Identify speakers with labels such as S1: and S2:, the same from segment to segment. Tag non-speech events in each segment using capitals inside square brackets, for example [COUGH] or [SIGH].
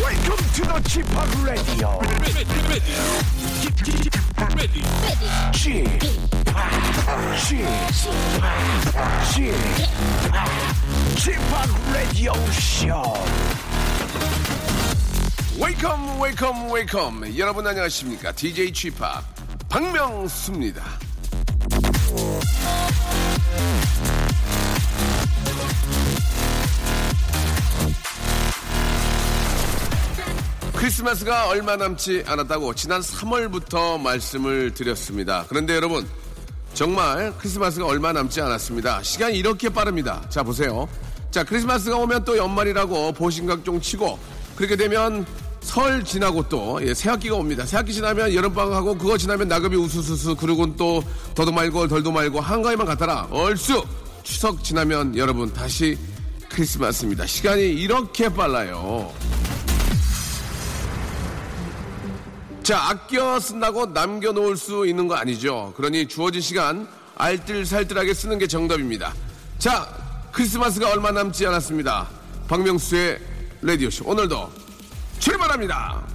S1: Welcome to the Chip Radio. Chip, Chip, Chip Radio Show.
S2: 웨이컴 웨이컴 웨이컴 여러분 안녕하십니까 DJ 취파 박명수입니다 크리스마스가 얼마 남지 않았다고 지난 3월부터 말씀을 드렸습니다 그런데 여러분 정말 크리스마스가 얼마 남지 않았습니다 시간이 이렇게 빠릅니다 자 보세요 자 크리스마스가 오면 또 연말이라고 보신각종 치고 그렇게 되면 설 지나고 또 예, 새학기가 옵니다. 새학기 지나면 여름방학하고 그거 지나면 낙엽이 우수수수 그리고는 또 더도 말고 덜도 말고 한가위만 같아라. 얼쑤 추석 지나면 여러분 다시 크리스마스입니다. 시간이 이렇게 빨라요. 자, 아껴 쓴다고 남겨놓을 수 있는 거 아니죠. 그러니 주어진 시간 알뜰살뜰하게 쓰는 게 정답입니다. 자, 크리스마스가 얼마 남지 않았습니다. 박명수의 라디오쇼. 오늘도 출발합니다.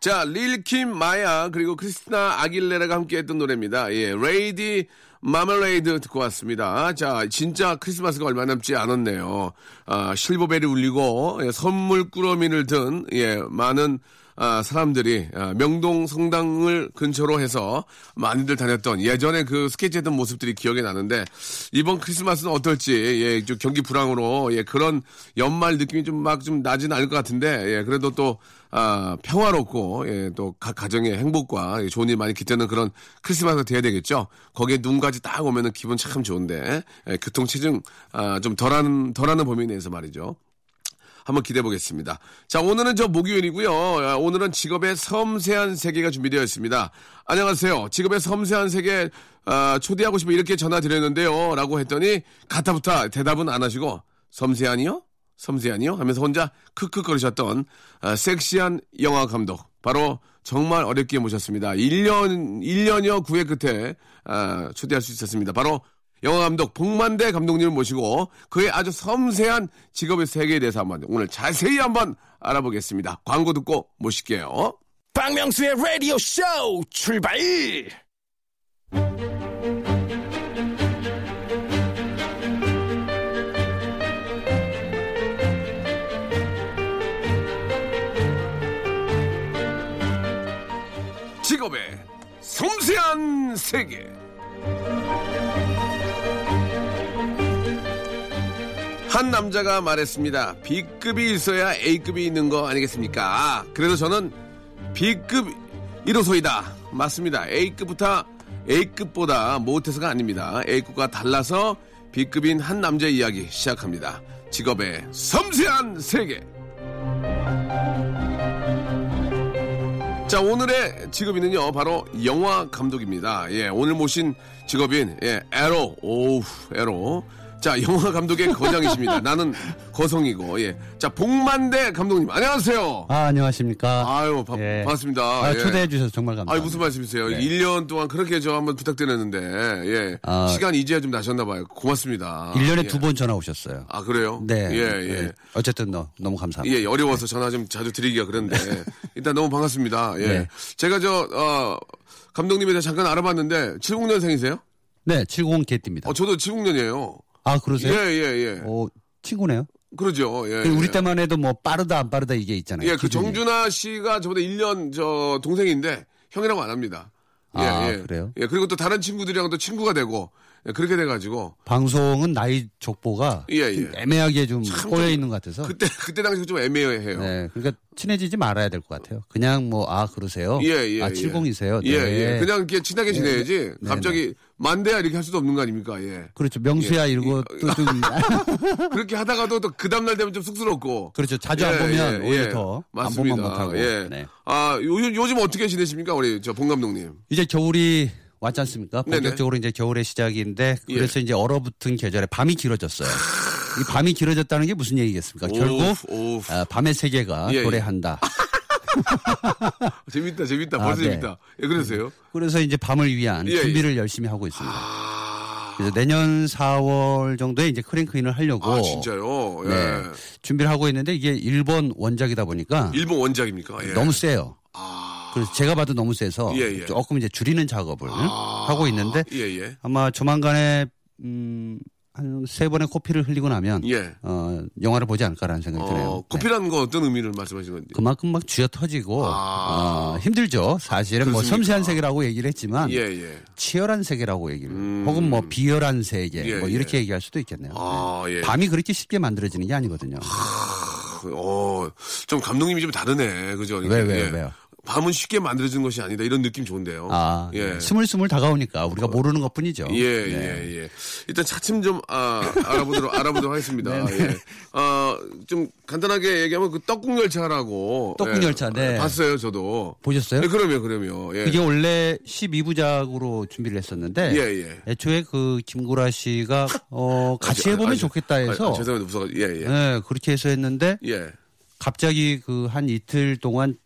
S2: 자, 릴킴 마야 그리고 크리스티나 아길레라가 함께했던 노래입니다. 예, 레이디 마멀레이드 듣고 왔습니다. 자, 진짜 크리스마스가 얼마 남지 않았네요. 아, 실버벨이 울리고 예, 선물 꾸러미를 든 예, 많은 아, 사람들이 아, 명동 성당을 근처로 해서 많이들 다녔던 예전에 그 스케치했던 모습들이 기억이 나는데 이번 크리스마스는 어떨지 예, 좀 경기 불황으로 예, 그런 연말 느낌이 좀 막 좀 나진 않을 것 같은데 예, 그래도 또 아, 평화롭고 예, 또 각 가정의 행복과 예, 좋은 일 많이 깃드는 그런 크리스마스가 돼야 되겠죠. 거기에 눈까지 딱 오면은 기분 참 좋은데 예, 교통체증 아, 좀 덜하는 덜하는 범위 내에서 말이죠. 한번 기대해 보겠습니다. 자, 오늘은 저 목요일이고요. 아, 오늘은 직업의 섬세한 세계가 준비되어 있습니다. 안녕하세요. 직업의 섬세한 세계 아, 초대하고 싶어 이렇게 전화 드렸는데요. 라고 했더니 가타부타 대답은 안 하시고 섬세한이요? 섬세한이요? 하면서 혼자 크크거리셨던 아, 섹시한 영화 감독 바로 정말 어렵게 모셨습니다. 1년 1년여 구회 끝에 아, 초대할 수 있었습니다. 바로 영화 감독 복만대 감독님을 모시고 그의 아주 섬세한 직업의 세계에 대해서 한번 오늘 자세히 한번 알아보겠습니다. 광고 듣고 모실게요.
S1: 박명수의 Radio Show 출발.
S2: 직업의 섬세한 세계. 한 남자가 말했습니다. B급이 있어야 A급이 있는 거 아니겠습니까? 아, 그래서 저는 B급 1호소이다. 맞습니다. A급부터 A급보다 못해서가 아닙니다. A급과 달라서 B급인 한 남자의 이야기 시작합니다. 직업의 섬세한 세계. 자 오늘의 직업인은요 바로 영화 감독입니다. 예 오늘 모신 직업인 예 에로 오우 에로 자 영화 감독의 거장이십니다. 나는 거성이고 예자 복만대 감독님 안녕하세요.
S3: 아, 안녕하십니까.
S2: 아유 바,
S3: 예.
S2: 반갑습니다.
S3: 아, 초대해 주셔서 정말
S2: 아
S3: 감사합니다.
S2: 무슨 말씀이세요?
S3: 네.
S2: 1년 동안 그렇게 저 한번 부탁드렸는데 예
S3: 아.
S2: 시간 이제야 좀 나셨나 봐요. 고맙습니다.
S3: 1년에
S2: 예.
S3: 두 번 전화 오셨어요.
S2: 아 그래요?
S3: 네.
S2: 예 예.
S3: 네. 어쨌든 너, 너무 감사합니다.
S2: 예, 어려워서 전화 좀 자주 드리기가 그런데
S3: [LAUGHS]
S2: 일단 너무 반갑습니다. 예.
S3: 네.
S2: 제가 저 어, 감독님에 대해 잠깐 알아봤는데 70년생이세요?
S3: 네, 70 개띠입니다.
S2: 어, 저도 70년이에요.
S3: 아,
S2: 예,
S3: 그러세요?
S2: 예, 예.
S3: 어, 친구네요.
S2: 그러죠. 예.
S3: 우리
S2: 예.
S3: 때만 해도 뭐 빠르다 안 빠르다 이게 있잖아요.
S2: 예, 그
S3: 네, 기준이.
S2: 정준하 씨가 저보다 1년 저 동생인데 형이라고 안 합니다. 예,
S3: 아,
S2: 예.
S3: 그래요?
S2: 예, 그리고 또 다른 친구들이랑 또 친구가 되고 예, 그렇게 돼가지고
S3: 방송은 나이 족보가
S2: 예,
S3: 좀
S2: 예.
S3: 애매하게 좀 꼬여 있는 것 같아서.
S2: 그때 그때 당시 좀 애매해요.
S3: 네, 그러니까 친해지지 말아야 될 것 같아요. 그냥 뭐, 아, 그러세요?
S2: 예, 예.
S3: 아,
S2: 예.
S3: 70이세요? 네.
S2: 예, 예. 그냥 이렇게 친하게 지내야지. 갑자기 만대야 이렇게 할 수도 없는 거 아닙니까? 예.
S3: 그렇죠. 명수야 이러고
S2: [LAUGHS]
S3: 또 [LAUGHS] 좀
S2: 그렇게 하다가도 또 그 다음날 되면 좀 쑥스럽고.
S3: 그렇죠. 자주
S2: 예,
S3: 안 보면
S2: 예,
S3: 오히려
S2: 예.
S3: 더 안
S2: 맞습니다.
S3: 보면 못하고.
S2: 예.
S3: 네.
S2: 아, 요, 요즘 어떻게 지내십니까? 우리 저 봉 감독님.
S3: 이제 겨울이 왔지 않습니까?
S2: 네네.
S3: 본격적으로 이제 겨울의 시작인데
S2: 예.
S3: 그래서 이제 얼어붙은 계절에 밤이 길어졌어요. 이 밤이 길어졌다는 게 무슨 얘기겠습니까? 결국
S2: 오우, 오우.
S3: 아, 밤의 세계가
S2: 예, 예.
S3: 노래한다.
S2: 재밌다, 재밌다.
S3: 아,
S2: 벌써
S3: 네.
S2: 재밌다. 예, 그러세요?
S3: 그래서 이제 밤을 위한
S2: 예, 아. 예.
S3: 준비를 열심히 하고 있습니다. 그래서 내년 4월 정도에 이제 크랭크인을 하려고
S2: 아, 진짜요? 예.
S3: 어. 네, 준비를 하고 있는데 이게 일본 원작이다 보니까
S2: 일본 원작입니까? 예. 아.
S3: 너무 세요. 그래서 제가 봐도 너무 세서
S2: 예, 예.
S3: 조금 이제 줄이는 작업을 하고 있는데
S2: 예, 예.
S3: 아마 조만간에 음, 한 세 번의 코피를 흘리고 나면
S2: 예.
S3: 어, 영화를 보지 않을까라는 생각이
S2: 어,
S3: 드네요. 네.
S2: 커피라는 건 어떤 의미를 말씀하시는 건지.
S3: 그만큼 막 쥐어 터지고
S2: 아.
S3: 어, 힘들죠. 사실은 뭐
S2: 그렇습니까?
S3: 섬세한 세계라고 얘기를 했지만
S2: 예, 예.
S3: 치열한 세계라고 얘기를 혹은 뭐 비열한 세계
S2: 예,
S3: 뭐 이렇게 얘기할 수도 있겠네요.
S2: 아, 예.
S3: 밤이 그렇게 쉽게 만들어지는 게 아니거든요.
S2: 어, 좀 감독님이 좀 다르네. 그죠?
S3: 왜, 왜,
S2: 예.
S3: 왜요?
S2: 밤은 쉽게 만들어진 것이 아니다. 이런 느낌 좋은데요.
S3: 아,
S2: 예. 어.
S3: 스물스물 다가오니까 우리가 모르는 것뿐이죠.
S2: 예,
S3: 네.
S2: 예, 예. 일단 차츰 좀, 아,
S3: [LAUGHS]
S2: 알아보도록, 알아보도록 하겠습니다.
S3: 네,
S2: 예. 아, 좀 간단하게 얘기하면 그 떡국열차라고. 예.
S3: 떡국열차, 네.
S2: 봤어요, 저도.
S3: 보셨어요?
S2: 네, 그럼요, 그럼요. 예.
S3: 그게 원래 12부작으로 준비를 했었는데
S2: 예, 예.
S3: 애초에 그 김구라 씨가
S2: [LAUGHS]
S3: 어 같이
S2: 아,
S3: 해보면
S2: 아,
S3: 좋겠다
S2: 아,
S3: 해서
S2: 아, 죄송합니다. 무서워가지고. 예, 예.
S3: 네, 그렇게 해서 했는데
S2: 예.
S3: 갑자기 그 한 이틀 동안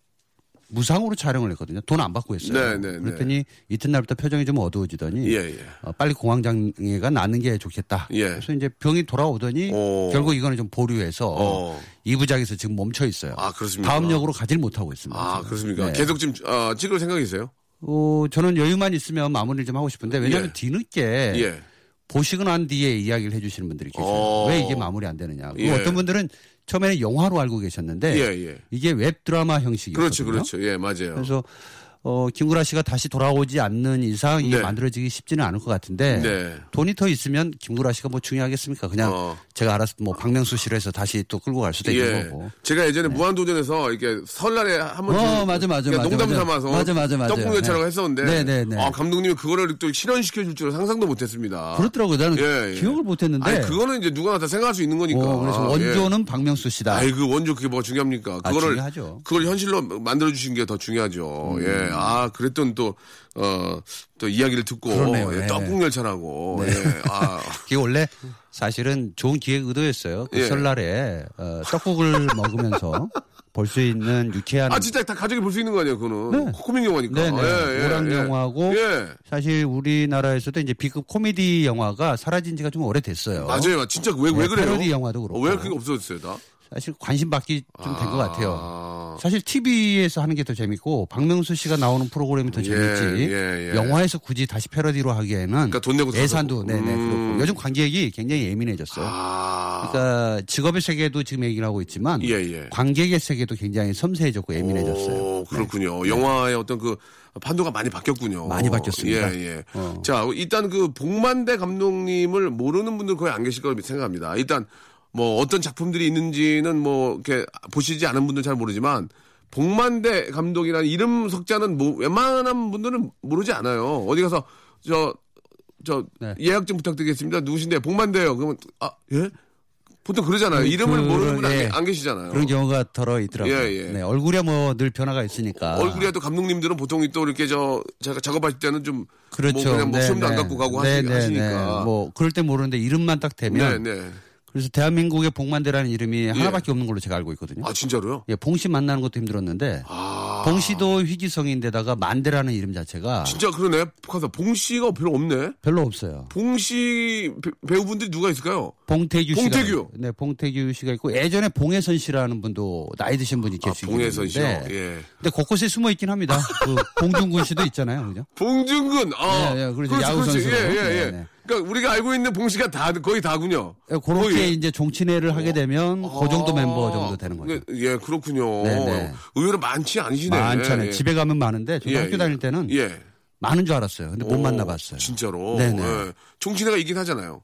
S3: 무상으로 촬영을 했거든요. 돈 안 받고 했어요.
S2: 네, 네, 네.
S3: 그랬더니 이튿날부터 표정이 좀 어두워지더니
S2: 예, 예.
S3: 어, 빨리 공황장애가 나는 게 좋겠다.
S2: 예.
S3: 그래서 이제 병이 돌아오더니
S2: 오.
S3: 결국 이거는 좀 보류해서
S2: 어.
S3: 이 2부작에서 지금 멈춰 있어요.
S2: 아, 그렇습니까?
S3: 다음 역으로 가질 못하고 있습니다.
S2: 아,
S3: 지금.
S2: 그렇습니까?
S3: 네.
S2: 계속 지금, 아, 찍을 생각이세요?
S3: 어, 저는 여유만 있으면 마무리를 좀 하고 싶은데 왜냐하면
S2: 예.
S3: 뒤늦게
S2: 예.
S3: 보시고 난 뒤에 이야기를 해주시는 분들이 계세요.
S2: 어.
S3: 왜 이게 마무리 안 되느냐. 그리고
S2: 예.
S3: 어떤 분들은 처음에는 영화로 알고 계셨는데
S2: 예, 예.
S3: 이게 웹 드라마 형식이거든요.
S2: 그렇죠, 그렇죠. 예, 맞아요.
S3: 그래서 어, 김구라 씨가 다시 돌아오지 않는 이상 이게
S2: 네.
S3: 만들어지기 쉽지는 않을 것 같은데
S2: 네.
S3: 돈이 더 있으면 김구라 씨가 뭐 중요하겠습니까? 그냥
S2: 어.
S3: 제가 알아서 뭐 박명수 씨로 해서 다시 또 끌고 갈 수도 있는 거고.
S2: 예. 제가 예전에 무한도전에서 이렇게 설날에 한번
S3: 뭐. 네. 어, 맞아, 맞아, 맞아,
S2: 농담
S3: 맞아.
S2: 삼아서
S3: 맞아, 맞아, 맞아.
S2: 떡국여차라고
S3: 네.
S2: 했었는데
S3: 네, 네, 네.
S2: 아, 감독님이 그거를 또 실현시켜 줄 줄은 상상도 못 했습니다.
S3: 그렇더라고요. 나는
S2: 예, 예.
S3: 기억을 못 했는데.
S2: 아니, 그거는 이제 누구나 다 생각할 수 있는 거니까.
S3: 어, 그래서
S2: 예.
S3: 원조는 박명수 씨다.
S2: 아이 그 원조 그게 뭐가 중요합니까?
S3: 아,
S2: 그거를
S3: 중요하죠. 음.
S2: 그걸 현실로 만들어 주신 게 더 중요하죠. 예. 아, 그랬던 또어또 이야기를 듣고
S3: 그러네요.
S2: 예,
S3: 네.
S2: 떡국열차라고. 예.
S3: [LAUGHS]
S2: 아.
S3: 그게 원래 사실은 좋은 기획 의도였어요. 그
S2: 예.
S3: 설날에 어, 떡국을
S2: [LAUGHS]
S3: 먹으면서 볼 수 있는 유쾌한
S2: 아, 진짜 다 가족이 볼 수 있는 거 아니에요, 그거는. 코믹 영화니까.
S3: 네네.
S2: 예, 예,
S3: 오락
S2: 예.
S3: 영화고
S2: 예.
S3: 사실 우리나라에서도 이제 B급 코미디 영화가 사라진 지가 좀 오래됐어요.
S2: 맞아요. 진짜 왜, 왜
S3: 네,
S2: 그래요?
S3: 패러디 영화도 그렇고.
S2: 어, 왜 그게 없어졌어요, 다?
S3: 사실 관심 받기 좀 된 것 같아요.
S2: 아,
S3: 사실 TV에서 하는 게 더 재밌고 박명수 씨가 나오는 프로그램이 더
S2: 예,
S3: 재밌지.
S2: 예, 예.
S3: 영화에서 굳이 다시 패러디로 하기에는
S2: 그러니까 돈 내고 음. 사서.
S3: 예산도 네네 그렇고 요즘 관객이 굉장히 예민해졌어요.
S2: 아.
S3: 그러니까 직업의 세계도 지금 얘기를 하고 있지만
S2: 예, 예.
S3: 관객의 세계도 굉장히 섬세해졌고 예민해졌어요. 네.
S2: 오, 그렇군요. 영화의 어떤 그 판도가 많이 바뀌었군요.
S3: 많이 바뀌었습니다. 어.
S2: 예, 예. 자, 일단 그 복만대 감독님을 모르는 분들 거의 안 계실 거라고 생각합니다. 일단 뭐 어떤 작품들이 있는지는 뭐 이렇게 보시지 않은 분들 잘 모르지만 복만대 감독이라는 이름 석자는 뭐 웬만한 분들은 모르지 않아요. 어디 가서 저 저
S3: 네.
S2: 예약 좀 부탁드리겠습니다. 누구신데 복만대요. 그러면 아 예? 보통 그러잖아요. 이름을
S3: 그-
S2: 모르는 분 안,
S3: 예.
S2: 안 계시잖아요.
S3: 그런 경우가 더러 있더라고요.
S2: 예, 예.
S3: 네, 얼굴에 뭐 늘 변화가 있으니까.
S2: 얼굴이야 또 감독님들은 보통 또 이렇게 저 제가 작업할 때는 좀
S3: 그렇죠.
S2: 뭐 그냥 뭐
S3: 네,
S2: 시험도
S3: 네.
S2: 안 갖고 가고
S3: 네,
S2: 하시,
S3: 네,
S2: 하시니까
S3: 네. 뭐 그럴 때 모르는데 이름만 딱
S2: 네,
S3: 대면
S2: 네.
S3: 그래서 대한민국의 복만대라는 이름이 하나밖에 없는 걸로 제가 알고 있거든요.
S2: 아 진짜로요?
S3: 예, 봉씨 만나는 것도 힘들었는데 봉씨도 희귀성인데다가 만대라는 이름 자체가
S2: 진짜 그러네. 가서 봉 씨가 별로 없네.
S3: 별로 없어요.
S2: 봉 씨 배우분들이 누가 있을까요?
S3: 봉태규 씨가
S2: 봉태규.
S3: 네, 봉태규 씨가 있고 예전에 봉혜선 씨라는 분도 나이 드신 분이
S2: 아,
S3: 계시는데
S2: 봉혜선 씨요. 예.
S3: 근데 곳곳에 숨어 있긴 합니다. 그 봉준군 씨도 있잖아요. 그죠?
S2: 봉준근. 아,
S3: 네, 네, 그렇죠. 야구 선수.
S2: 예, 예, 예.
S3: 네, 네.
S2: 그러니까 우리가 알고 있는 봉 씨가 다 거의 다군요.
S3: 예, 그렇게
S2: 거의.
S3: 이제 종친회를 하게 되면 그 정도 멤버 정도 되는 거죠.
S2: 네, 예, 그렇군요.
S3: 네, 네.
S2: 의외로 많지 않으시네.
S3: 많잖아요.
S2: 예.
S3: 집에 가면 많은데 저도
S2: 예,
S3: 학교
S2: 예.
S3: 다닐 때는
S2: 예.
S3: 많은 줄 알았어요. 근데 못
S2: 오,
S3: 만나봤어요.
S2: 진짜로.
S3: 네네.
S2: 예. 종친회가 있긴 하잖아요.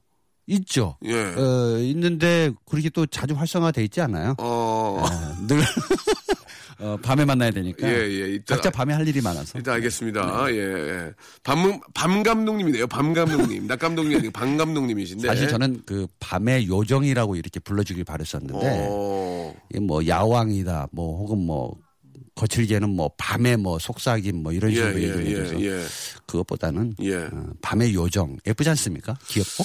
S3: 있죠.
S2: 예.
S3: 어, 있는데 그렇게 또 자주 활성화돼 있지 않아요?
S2: 어.
S3: 늘 [LAUGHS] 어, 밤에 만나야 되니까.
S2: 예, 예, 이따-
S3: 각자 밤에 할 일이 많아서.
S2: 일단 알겠습니다.
S3: 네.
S2: 예, 예. 밤, 밤 감독님이네요. 밤 감독님. 낮 감독님이 아니고 밤 감독님이신데.
S3: 사실 저는 그 밤의 요정이라고 이렇게 불러주길 바랬었는데
S2: 어,
S3: 이뭐 야왕이다, 뭐 혹은 뭐 거칠게는 뭐 밤의 뭐 속삭임 뭐 이런
S2: 예,
S3: 식으로
S2: 예,
S3: 얘기를 해서
S2: 예, 예.
S3: 그것보다는
S2: 예.
S3: 어, 밤의 요정 예쁘지 않습니까? 귀엽고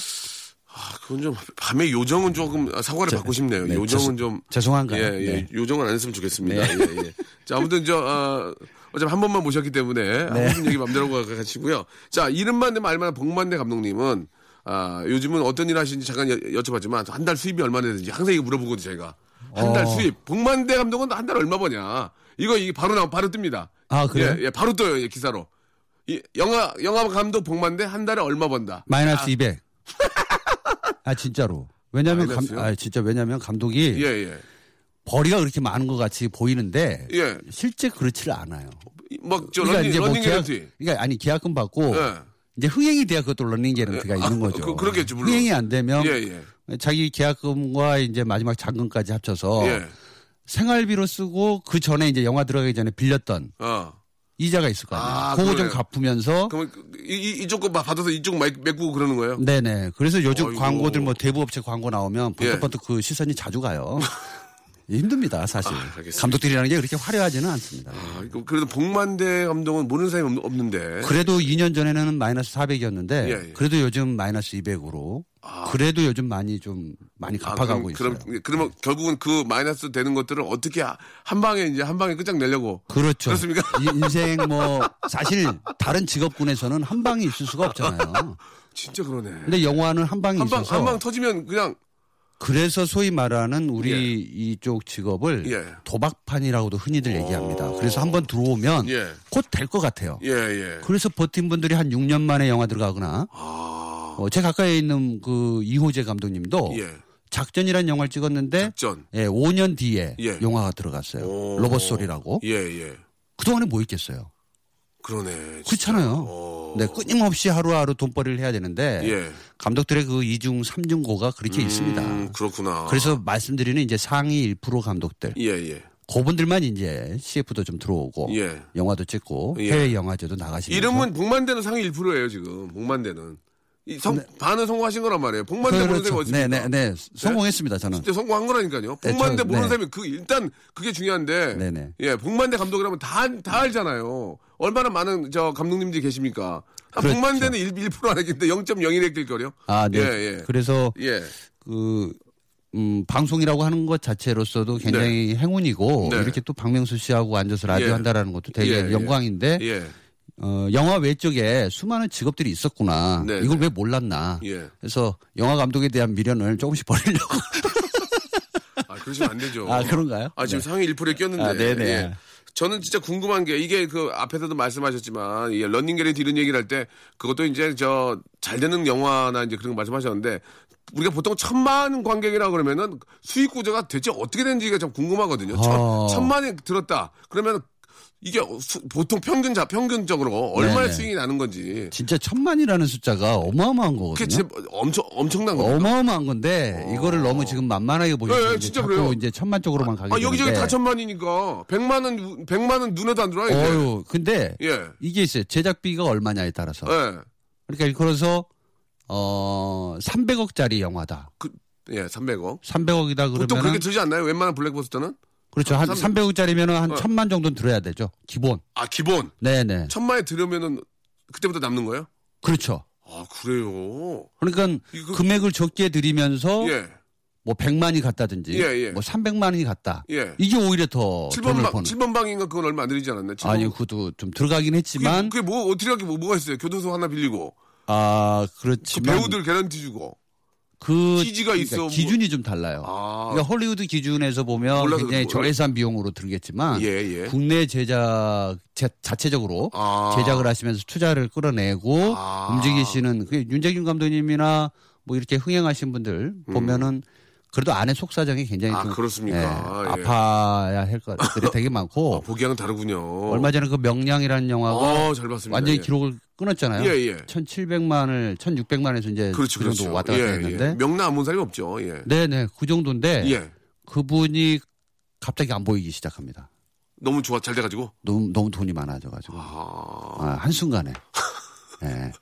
S2: 아, 그건 좀, 밤에 요정은 조금 아, 사과를 받고 싶네요.
S3: 네,
S2: 요정은
S3: 죄송-
S2: 좀.
S3: 죄송한가요?
S2: 예, 예.
S3: 네.
S2: 요정은 안 했으면 좋겠습니다. 예, 예. 자, 아무튼 저, 어, 어차피 한 번만 모셨기 때문에.
S3: 네.
S2: 한번 얘기 맘대로 가- 가시고요. 자, 이름만 되면 알만한 복만대 감독님은 아, 요즘은 어떤 일 하시는지 잠깐 여, 여쭤봤지만 한 달 수입이 얼마나 되는지 항상 이거 물어보거든요, 제가. 한
S3: 어.
S2: 달 수입. 복만대 감독은 한 달 얼마 버냐. 이거 이게 바로 나오 바로 뜹니다.
S3: 아, 그래요?
S2: 예, 예, 바로 떠요, 예, 기사로. 이 영화 영화 감독 복만대 한 달에 얼마 번다.
S3: 마이너스 200. 아 진짜로. 왜냐면 감,
S2: 마이너스요?
S3: 아 진짜 왜냐면 감독이
S2: 예, 예.
S3: 벌이가 그렇게 많은 것 같이 보이는데
S2: 예.
S3: 실제 그렇지를 않아요. 그러니까 뭐
S2: 막저 런닝 런닝
S3: 계약-
S2: 개런티.
S3: 그러니까 아니 계약금 받고
S2: 예.
S3: 이제 흥행이 돼야 그것도 런닝 게런티가
S2: 아,
S3: 있는 거죠.
S2: 그- 그렇겠죠, 물론.
S3: 흥행이 안 되면
S2: 예, 예.
S3: 자기 계약금과 이제 마지막 잔금까지 합쳐서
S2: 예.
S3: 생활비로 쓰고 그 전에 이제 영화 들어가기 전에 빌렸던
S2: 어.
S3: 이자가 있을 거 아니에요.
S2: 아,
S3: 그거 좀
S2: 그래요.
S3: 갚으면서
S2: 그러면 그- 이, 이, 이쪽 거 마- 받아서 이쪽 마- 메꾸고 그러는 거예요?
S3: 네네. 그래서 요즘
S2: 어이구.
S3: 광고들 뭐 대부업체 광고 나오면
S2: 예.
S3: 번뜩번뜩 그 시선이
S2: [LAUGHS]
S3: 자주 가요. 힘듭니다 사실.
S2: 아, 알겠습니다.
S3: 감독들이라는 게 그렇게 화려하지는 않습니다.
S2: 아, 이거 그래도 복만대 감독은 모르는 사람이 없- 없는데.
S3: 그래도 2년 전에는 마이너스 400이었는데
S2: 예, 예.
S3: 그래도 요즘 마이너스 200으로 그래도 요즘 많이 좀 많이
S2: 아,
S3: 갚아가고
S2: 그럼,
S3: 있어요.
S2: 그럼, 그러면 결국은 그 마이너스 되는 것들을 어떻게 하- 한 방에 이제 한 방에 끝장내려고.
S3: 그렇죠.
S2: 그렇습니까?
S3: 이 인생 뭐 사실 다른 직업군에서는 한 방이 있을 수가 없잖아요.
S2: 진짜 그러네.
S3: 근데 영화는 한 방이
S2: 한 방,
S3: 있어서
S2: 한 방 터지면 그냥
S3: 그래서 소위 말하는 우리 이쪽 직업을
S2: 예. 어.
S3: 도박판이라고도 흔히들 얘기합니다. 그래서 한 번 들어오면
S2: 예.
S3: 곧 될 것 같아요.
S2: 예, 예.
S3: 그래서 버틴 분들이 한 6년 만에 영화 들어가거나 어, 제 가까이에 있는 그 이호재 감독님도
S2: 아. 예.
S3: 작전이라는 영화를 찍었는데
S2: 전.
S3: 예, 5년 뒤에
S2: 예.
S3: 영화가 들어갔어요.
S2: 오.
S3: 로봇 소리라고.
S2: 예, 예.
S3: 그동안에 뭐 있겠어요.
S2: 그러네. 진짜.
S3: 그렇잖아요. 네, 끊임없이 하루하루 돈벌이를 해야 되는데
S2: 어. 예.
S3: 감독들의 그 이중 삼중고가 그렇게
S2: 음,
S3: 있습니다.
S2: 그렇구나.
S3: 그래서 말씀드리는 이제 상위 1% 감독들,
S2: 예, 예.
S3: 그분들만 이제 CF도 좀 들어오고
S2: 예.
S3: 영화도 찍고
S2: 예.
S3: 해외 영화제도 나가시면서
S2: 이름은 복만대는 상위 1%예요, 지금. 복만대는. 이 성, 반은 성공하신 거란 말이에요. 복만대 모르는 사람이 어디 있습니까?
S3: 네. 그렇죠. 네네네 성공했습니다 저는.
S2: 진짜 성공한 거라니까요.
S3: 네,
S2: 복만대
S3: 저-
S2: 모르는
S3: 네.
S2: 사람이 그 일단 그게 중요한데.
S3: 네, 네.
S2: 예, 복만대 감독이라면 다 다 알잖아요. 얼마나 많은 저 감독님들이 계십니까? 아,
S3: 그렇죠.
S2: 복만대는 1, 1%안 했길때 0.01했길 거요.
S3: 아 네.
S2: 예, 예.
S3: 그래서
S2: 예.
S3: 그 음, 방송이라고 하는 것 자체로서도 굉장히 행운이고
S2: 네.
S3: 이렇게 또 박명수 씨하고 앉아서 라디오
S2: 예.
S3: 한다라는 것도 되게
S2: 예, 예.
S3: 영광인데
S2: 예.
S3: 어, 영화 외 쪽에 수많은 직업들이 있었구나.
S2: 네,
S3: 이걸
S2: 네.
S3: 왜 몰랐나.
S2: 예.
S3: 그래서 영화 감독에 대한 미련을 조금씩 [LAUGHS] 버리려고.
S2: 아, 그러시면 안 되죠.
S3: 아, 그런가요?
S2: 아, 지금 상위 1%에 꼈는데.
S3: 아, 네네.
S2: 예. 저는 진짜 궁금한 게 이게 그 앞에서도 말씀하셨지만 예, 런닝 게런티 이런 얘기를 할 때 그것도 이제 저 잘 되는 영화나 이제 그런 거 말씀하셨는데 우리가 보통 천만 관객이라고 그러면은 수익 구조가 대체 어떻게 되는지가 참 궁금하거든요.
S3: 어.
S2: 천, 만에 들었다. 그러면 이게 수- 보통 평균 자 평균적으로 얼마의
S3: 네네.
S2: 수익이 나는 건지
S3: 진짜 천만이라는 숫자가 어마어마한
S2: 그게
S3: 거거든요.
S2: 진짜 엄청 엄청난 거예요.
S3: 어마어마한 건데 이거를 너무 지금 만만하게 보시면
S2: 예, 예,
S3: 이제
S2: 진짜
S3: 자꾸
S2: 그래요.
S3: 이제 천만 쪽으로만 가게
S2: 아, 여기저기
S3: 되는데.
S2: 다 천만이니까 백만 원 백만 원 눈에도 안 들어요. 이제.
S3: 어유 근데
S2: 예.
S3: 이게 있어요. 제작비가 얼마냐에 따라서.
S2: 예.
S3: 그러니까 그래서 어 300억짜리 영화다.
S2: 그, 예, 300억.
S3: 삼백억이다
S2: 보통 그렇게
S3: 그러면
S2: 들지 않나요? 웬만한 블랙버스터는?
S3: 그렇죠 한
S2: 300.
S3: 삼백억짜리면한
S2: 어.
S3: 천만 정도는 들어야 되죠 기본.
S2: 아, 기본.
S3: 네네
S2: 천만에 들으면은 그때부터 남는 거예요?
S3: 그렇죠.
S2: 아, 그래요.
S3: 그러니까
S2: 이거-
S3: 금액을 적게 들이면서
S2: 예.
S3: 뭐 100만이 갔다든지
S2: 예, 예.
S3: 뭐 300만이 갔다.
S2: 예.
S3: 이게 오히려 더 돈을
S2: 7번 방,
S3: 버는.
S2: 7번 방인가 그건 얼마 안 들이지 않았나요? 칠번-
S3: 아니 그것도 좀 들어가긴
S2: 그게,
S3: 했지만
S2: 그게 뭐, 어떻게 뭐, 뭐가 있어요? 교도소 하나 빌리고.
S3: 아
S2: 그
S3: 그렇지만
S2: 배우들 개런티 주고.
S3: 그
S2: 기지가
S3: 그러니까
S2: 있어, 뭐.
S3: 기준이 좀 달라요.
S2: 아.
S3: 그러니까 헐리우드 기준에서 보면
S2: 몰라서
S3: 굉장히
S2: 그런 거예요?
S3: 저예산 비용으로 들겠지만
S2: 예, 예.
S3: 국내 제작 자, 체적으로
S2: 아.
S3: 제작을 하시면서 투자를 끌어내고
S2: 아.
S3: 움직이시는 그 윤재균 감독님이나 뭐 이렇게 흥행하신 분들 보면은 그래도 안에 속사정이 굉장히
S2: 음. 아,
S3: 좀,
S2: 그렇습니까? 아, 예.
S3: 아파야 할 것들이 되게
S2: 아, [LAUGHS]
S3: 많고
S2: 보기와는 다르군요.
S3: 얼마 전에 그 명량이라는 영화가
S2: 어. 아, 잘 봤습니다.
S3: 완전히
S2: 예.
S3: 기록을 끊었잖아요.
S2: 예, 예.
S3: 1,700만을 1,600만에서 이제 그
S2: 그렇죠,
S3: 정도
S2: 그렇죠.
S3: 왔다 갔다
S2: 예,
S3: 했는데
S2: 예. 명나 안본 사람이 없죠. 예.
S3: 네네 그 정도인데
S2: 예.
S3: 그분이 갑자기 안 보이기 시작합니다.
S2: 너무 좋아 잘 돼가지고
S3: 너무, 너무 돈이 많아져가지고. 아,
S2: [LAUGHS]
S3: 한순간에. 예.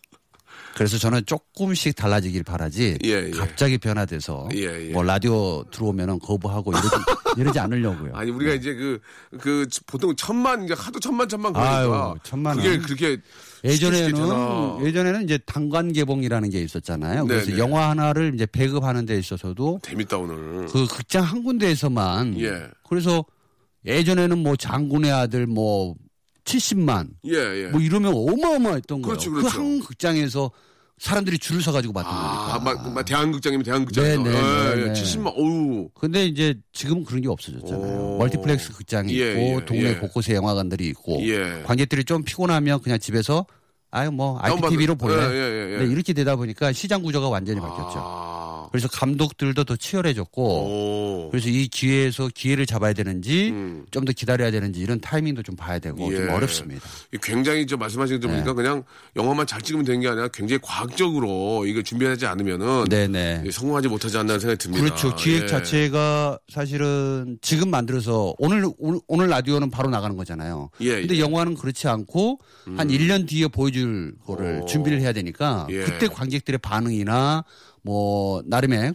S3: 그래서 저는 조금씩 달라지길 바라지
S2: 예, 예.
S3: 갑자기 변화돼서
S2: 예, 예.
S3: 뭐 라디오 들어오면은 거부하고 이러지, 이러지 않으려고요.
S2: 아니 우리가 이제 그 그 보통 천만 이제 하도 천만 천만 그러니까
S3: 아유, 천만은.
S2: 그게 그렇게 쉽게 되잖아.
S3: 예전에는 예전에는 이제 당관 개봉이라는 게 있었잖아요.
S2: 네,
S3: 그래서
S2: 네.
S3: 영화 하나를 이제 배급하는 데 있어서도
S2: 재밌다 오늘
S3: 그 극장 한 군데에서만
S2: 예.
S3: 그래서 예전에는 뭐 장군의 아들 뭐 70만
S2: 예예
S3: 뭐 이러면 어마어마했던
S2: 그렇죠,
S3: 거예요.
S2: 그렇죠.
S3: 그 한 극장에서 사람들이 줄을 서가지고 봤던
S2: 아,
S3: 거니까.
S2: 막, 막 대한극장이면 대한극장이죠.
S3: 네, 네,
S2: 예,
S3: 네,
S2: 예.
S3: 네.
S2: 70만, 어우.
S3: 근데 이제 지금 은 그런 게 없어졌잖아요.
S2: 오.
S3: 멀티플렉스 극장이
S2: 예,
S3: 있고
S2: 예,
S3: 동네
S2: 예.
S3: 곳곳에 영화관들이 있고
S2: 예.
S3: 뭐 관객들이 좀 피곤하면 그냥 집에서 아유 뭐
S2: 다운받을-
S3: IPTV로 볼래.
S2: 예, 예, 예, 예.
S3: 네, 이렇게 되다 보니까 시장 구조가 완전히 바뀌었죠. 어.
S2: 아,
S3: 그래서 감독들도 더 치열해졌고
S2: 오.
S3: 그래서 이 기회에서 기회를 잡아야 되는지
S2: 음.
S3: 좀 더 기다려야 되는지 이런 타이밍도 좀 봐야 되고 좀
S2: 예.
S3: 어렵습니다.
S2: 이 굉장히 저 말씀하신
S3: 네.
S2: 거 보니까 그냥 영화만 잘 찍으면 되는 게 아니라 굉장히 과학적으로 이걸 준비하지 않으면은
S3: 네네.
S2: 예, 성공하지 못하지 않나 생각이 듭니다.
S3: 그렇죠. 기획
S2: 예.
S3: 자체가 사실은 지금 만들어서 오늘 오늘, 오늘 라디오는 바로 나가는 거잖아요.
S2: 예,
S3: 근데
S2: 예.
S3: 영화는 그렇지 않고 한 1년 뒤에 보여줄 거를
S2: 오.
S3: 준비를 해야 되니까
S2: 어. 예.
S3: 그때 관객들의 반응이나 뭐 나름의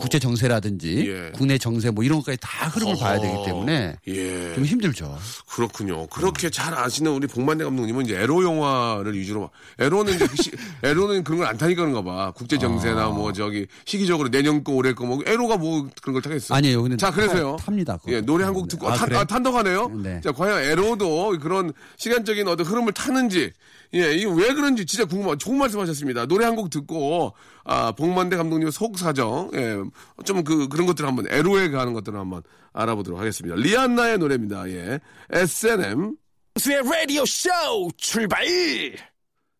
S3: 국제 정세라든지
S2: 어. 예. 어.
S3: 국내 정세 뭐 이런 것까지 다 흐름을 봐야 되기 때문에
S2: 예.
S3: 좀 힘들죠.
S2: 그렇군요.
S3: 음.
S2: 그렇게 잘 아시는 우리 복만대 감독님은 이제 에로 영화를 위주로 막- 에로는 이제 그 시,
S3: [LAUGHS]
S2: 에로는 그런 걸 안 타니까 그런가 봐. 국제 정세나
S3: 아.
S2: 뭐 저기 시기적으로 내년 거 올해 거뭐 에로가 뭐 그런 걸 타겠어.
S3: 아니에요. 근데
S2: 자, 그래서요.
S3: 타- 탑니다, 그거.
S2: 예, 노래 한 곡
S3: 네.
S2: 듣고
S3: 아,
S2: 아, 탄,
S3: 그래요?
S2: 아, 탄덕하네요.
S3: 네.
S2: 자, 과연 에로도 그런 시간적인 어떤 흐름을 타는지 예, 이게 왜 그런지 진짜 궁금한 좋은 말씀하셨습니다. 노래 한 곡 듣고 아, 복만대 감독님 속 사정 예, 좀 그 그런 것들 을 한번 에로에 가는 것들을 한번 알아보도록 하겠습니다. 리안나의 노래입니다. 예. S&M
S1: 박명수의 라디오 쇼 출발.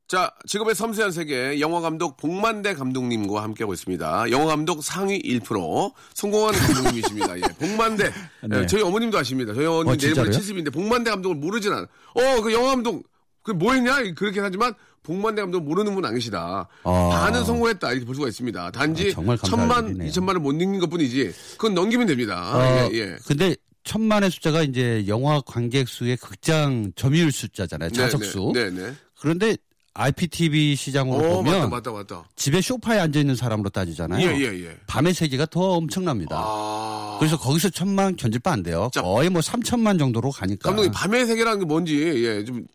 S2: 자, 직업의 섬세한 세계 영화 감독 복만대 감독님과 함께하고 있습니다. 영화 감독 상위 1% 성공하는 감독님이십니다. 예, 복만대.
S3: [LAUGHS] 네.
S2: 예, 저희 어머님도 아십니다. 저희 어머님
S3: 어,
S2: 내일모레
S3: 진짜로요?
S2: 70인데 복만대 감독을 모르진 않아. 어, 그 영화 감독 그 뭐했냐 그렇게 하지만 복만대 감독 모르는 분 안 계시다.
S3: 아.
S2: 반은 성공했다 이렇게 볼 수가 있습니다. 단지
S3: 아, 정말 감사할
S2: 천만,
S3: 일이네요.
S2: 이천만을 못 넘긴 것뿐이지 그건 넘기면 됩니다.
S3: 어,
S2: 예, 예.
S3: 근데 천만의 숫자가 이제 영화 관객 수의 극장 점유율 숫자잖아요. 좌석 수.
S2: 네, 네. 네.
S3: 그런데 IPTV 시장으로
S2: 어,
S3: 보면
S2: 맞다, 맞다, 맞다.
S3: 집에 소파에 앉아 있는 사람으로 따지잖아요.
S2: 예, 예, 예.
S3: 밤의 세계가 더 엄청납니다.
S2: 아.
S3: 그래서 거기서 천만 견딜 바 안 돼요.
S2: 자,
S3: 거의 뭐 3천만 정도로 가니까.
S2: 감독님 밤의 세계라는 게 뭔지 예좀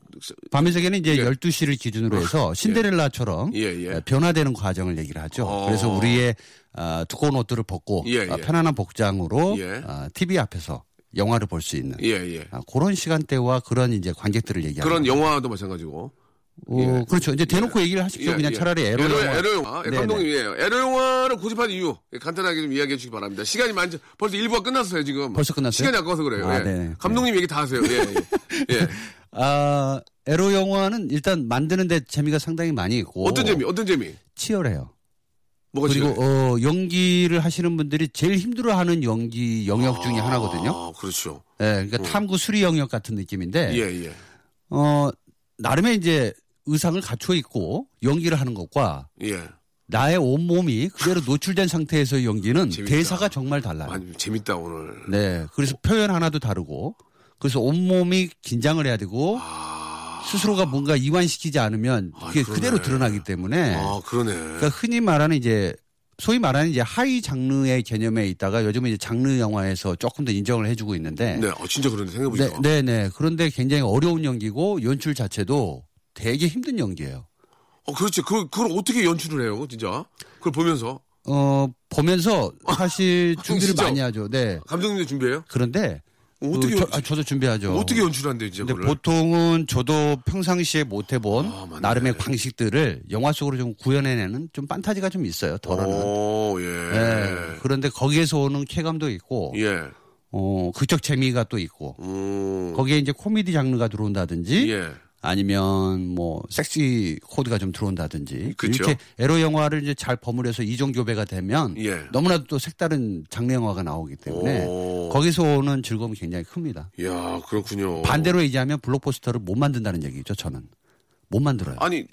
S3: 밤의 세계는 이제
S2: 예. 아,
S3: 12시를 기준으로 해서 신데렐라처럼
S2: 예, 예.
S3: 변화되는 과정을 얘기를 하죠.
S2: 어.
S3: 그래서 우리의 아, 두꺼운 옷들을 벗고
S2: 예,
S3: 아,
S2: 예.
S3: 편안한 복장으로
S2: 예.
S3: 아, TV 앞에서 영화를 볼 수 있는
S2: 예예
S3: 아, 그런 시간대와 그런 이제 관객들을 얘기하는
S2: 그런
S3: 거죠.
S2: 영화도 마찬가지고
S3: 어,
S2: 예.
S3: 그렇죠. 이제 대놓고 얘기를 하십시오. 그냥 차라리 에로 영화.
S2: 에로 영화 예,
S3: 네네.
S2: 감독님이에요 에로 영화를 고집한 이유 예, 간단하게 좀 이야기해 주시기 바랍니다 시간이 많죠 벌써 일부가 끝났어요 지금
S3: 벌써 끝났어요?
S2: 시간이 아까워서 그래요
S3: 아,
S2: 예.
S3: 네.
S2: 감독님 얘기 다 하세요 예예 예.
S3: [LAUGHS]
S2: 예.
S3: 아, 에로 영화는 일단 만드는데 재미가 상당히 많이 있고
S2: 어떤 재미 어떤 재미
S3: 치열해요.
S2: 뭐가
S3: 그리고
S2: 지금-
S3: 어, 연기를 하시는 분들이 제일 힘들어하는 연기 영역 중에 하나거든요. 네.
S2: 아, 그렇죠
S3: 예, 그러니까 탐구 수리 영역 같은 느낌인데
S2: 예예
S3: 어, 나름의 이제 의상을 갖춰 입고 연기를 하는 것과
S2: 예
S3: 나의 온 몸이 그대로 노출된 상태에서의 연기는
S2: 재밌다.
S3: 대사가 정말 달라요.
S2: 아니 재밌다 오늘
S3: 네. 그래서 표현 하나도 다르고 그래서 온몸이 긴장을 해야 되고 스스로가 뭔가 이완시키지 않으면
S2: 아,
S3: 그게
S2: 그러네.
S3: 그대로 드러나기 때문에
S2: 아 그러네
S3: 그러니까 흔히 말하는 이제 소위 말하는 이제 하위 장르의 개념에 있다가 요즘은 이제 장르 영화에서 조금 더 인정을 해주고 있는데
S2: 네 어, 진짜 그런데
S3: 네,
S2: 생각해보니까
S3: 네, 네. 그런데 굉장히 어려운 연기고 연출 자체도 되게 힘든 연기예요.
S2: 어 그렇지 그 그걸 어떻게 연출을 해요 진짜 그걸 보면서
S3: 어 보면서 사실 준비를
S2: 진짜?
S3: 많이 하죠. 네.
S2: 감독님도 준비해요
S3: 그런데
S2: 어, 어떻게
S3: 그 저,
S2: 연출-
S3: 아, 저도 준비하죠.
S2: 어떻게 연출한대 이제
S3: 근데
S2: 그걸
S3: 보통은 저도 평상시에 못 해본
S2: 아, 맞네.
S3: 나름의 방식들을 영화 속으로 좀 구현해내는 좀 판타지가 좀 있어요. 덜어는.
S2: 오, 예.
S3: 예. 그런데 거기에서 오는 쾌감도 있고,
S2: 예.
S3: 어, 극적 재미가 또 있고,
S2: 음.
S3: 거기에 이제 코미디 장르가 들어온다든지,
S2: 예.
S3: 아니면 뭐 섹시 코드가 좀 들어온다든지,
S2: 그쵸.
S3: 이렇게 에로 영화를 이제 잘 버무려서 이종 교배가 되면
S2: 예.
S3: 너무나도 또 색다른 장르 영화가 나오기 때문에
S2: 오.
S3: 거기서 오는 즐거움이 굉장히 큽니다.
S2: 야, 그렇군요. 아,
S3: 반대로 얘기하면 블록버스터를 못 만든다는 얘기죠, 저는. 못 만들어요.
S2: 아니